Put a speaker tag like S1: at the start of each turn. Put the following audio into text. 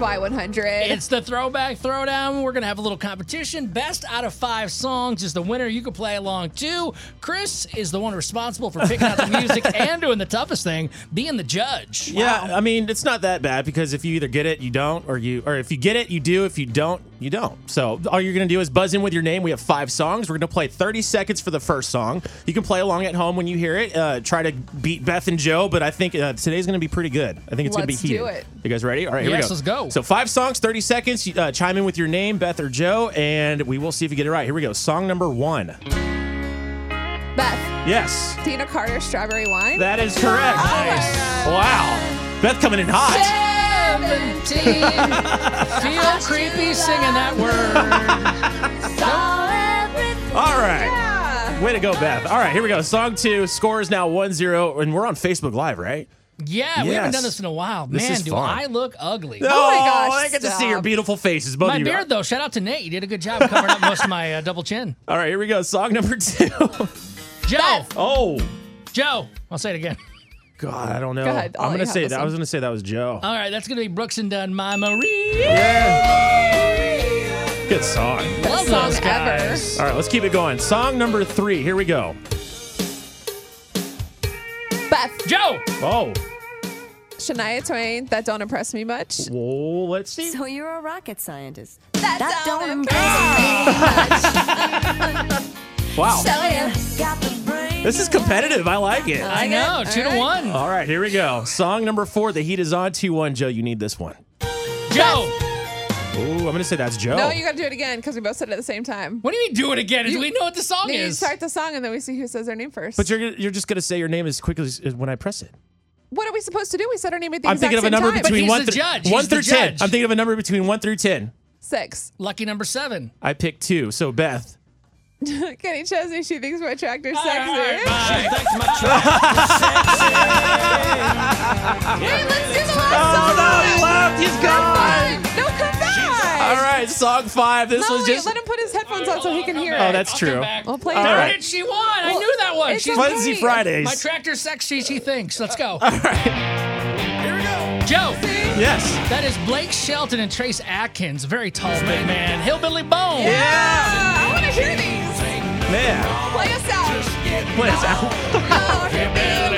S1: Y100.
S2: It's the throwback throwdown. We're gonna have a little competition. Best out of five songs is the winner. You can play along too. Chris is the one responsible for picking out the music and doing the toughest thing, being the judge.
S3: Yeah, I mean it's not that bad because if you either get it, you don't, or you, or if you get it, you do. If you don't, you don't. So all you're gonna do is buzz in with your name. We have five songs. We're gonna play 30 seconds for the first song. You can play along at home when you hear it. Uh, try to beat Beth and Joe, but I think uh, today's gonna be pretty good. I think it's gonna be
S1: Let's do
S3: heated.
S1: it.
S3: You guys ready? All right, here
S2: Yes,
S3: we go.
S2: let's go.
S3: So five songs, 30 seconds. You, Uh, chime in with your name, Beth or Joe, and we will see if you get it right. Here we go. Song number one.
S1: Beth,
S3: Yes,
S1: Tina Carter, Strawberry Wine.
S3: that is correct.
S1: Oh
S3: Wow, Beth coming in hot.
S2: 17. Feel creepy singing that word.
S3: All right.
S1: Yeah.
S3: Way to go, Beth. All right, here we go. Song two. Score is now 1 0, and we're on Facebook Live, right?
S2: Yeah, we haven't
S3: Yes.
S2: done this in a while.
S3: This
S2: Man,
S3: is
S2: do
S3: fun.
S2: I look ugly.
S1: Oh my gosh,
S3: I get to see
S1: stop.
S3: your beautiful faces, both
S2: My
S3: of you.
S2: beard, though, shout out to Nate. You did a good job covering up most of my uh, double chin.
S3: All right, here we go. Song number two.
S2: Joe,
S3: oh,
S2: Joe, I'll say it again.
S3: God, I don't know.
S1: Go ahead, I'll
S3: I'm
S1: let you
S3: going to
S1: have
S3: say
S1: this
S3: that. I
S1: one.
S3: was going to say that was Joe.
S2: All right, that's gonna be Brooks and Dunn, my Marie.
S3: Good song.
S2: Love
S1: song
S2: those guys.
S3: All right, let's keep it going. Song number three. Here we go.
S1: Beth,
S2: Joe,
S3: Oh,
S1: Shania Twain, that don't impress me much.
S3: whoa, let's see.
S4: So you're a rocket scientist.
S1: That,
S4: don't
S3: Wow.
S1: Tell you.
S4: Got the brain.
S3: This is competitive. I like it.
S2: I
S1: it?
S2: know,
S1: All
S2: two to
S1: right.
S2: one.
S3: All right, Oh. here we go. Song number four. The heat is on 2 1. Joe, you need this one.
S2: Joe,
S3: Oh, I'm going to say that's Joe.
S1: No, you gotta do it again because we both said it at the same time.
S2: what do you mean do it again?
S1: You-
S2: we know what the song
S1: You
S2: is.
S1: start the song and then we see who says their name first.
S3: But you're you're just gonna say your name as quickly as, as when I press it.
S1: what are we supposed to do? We said our name at the
S3: I'm
S1: exact
S3: thinking of a
S1: same
S3: number
S1: time.
S3: between
S2: he's
S3: one,
S2: the
S3: through-
S2: judge.
S3: one
S2: He's the
S3: through ten.
S2: judge.
S3: I'm thinking of a number between one through ten.
S1: six.
S2: Lucky number seven.
S3: I picked two. So Beth,
S1: Kenny Chesney, she thinks my tractor
S2: All right, all right,
S1: sexy.
S2: bye.
S1: Wait, let's do the
S3: Oh,
S1: last song.
S3: left. He's gone.
S1: Fine. No, come back.
S3: All right, song five. This
S1: No,
S3: was
S1: wait,
S3: just.
S1: let him put his headphones on so he can hear
S3: back.
S1: it.
S3: Oh, that's
S2: I'll come
S3: true.
S2: back.
S1: We'll play
S2: Darn
S1: it.
S3: All right.
S2: it, she won. I knew that one.
S1: it's
S2: She's
S1: okay.
S3: Fuzzy Fridays.
S2: my tractor's sexy. She thinks. Let's go.
S3: Here we go.
S2: Joe,
S3: Yes.
S2: that is Blake Shelton and Trace Atkins. Very tall big man. Hillbilly Bone.
S1: Yeah, I want to hear these.
S3: Man.
S1: Play us out.
S3: What is that?
S1: Oh,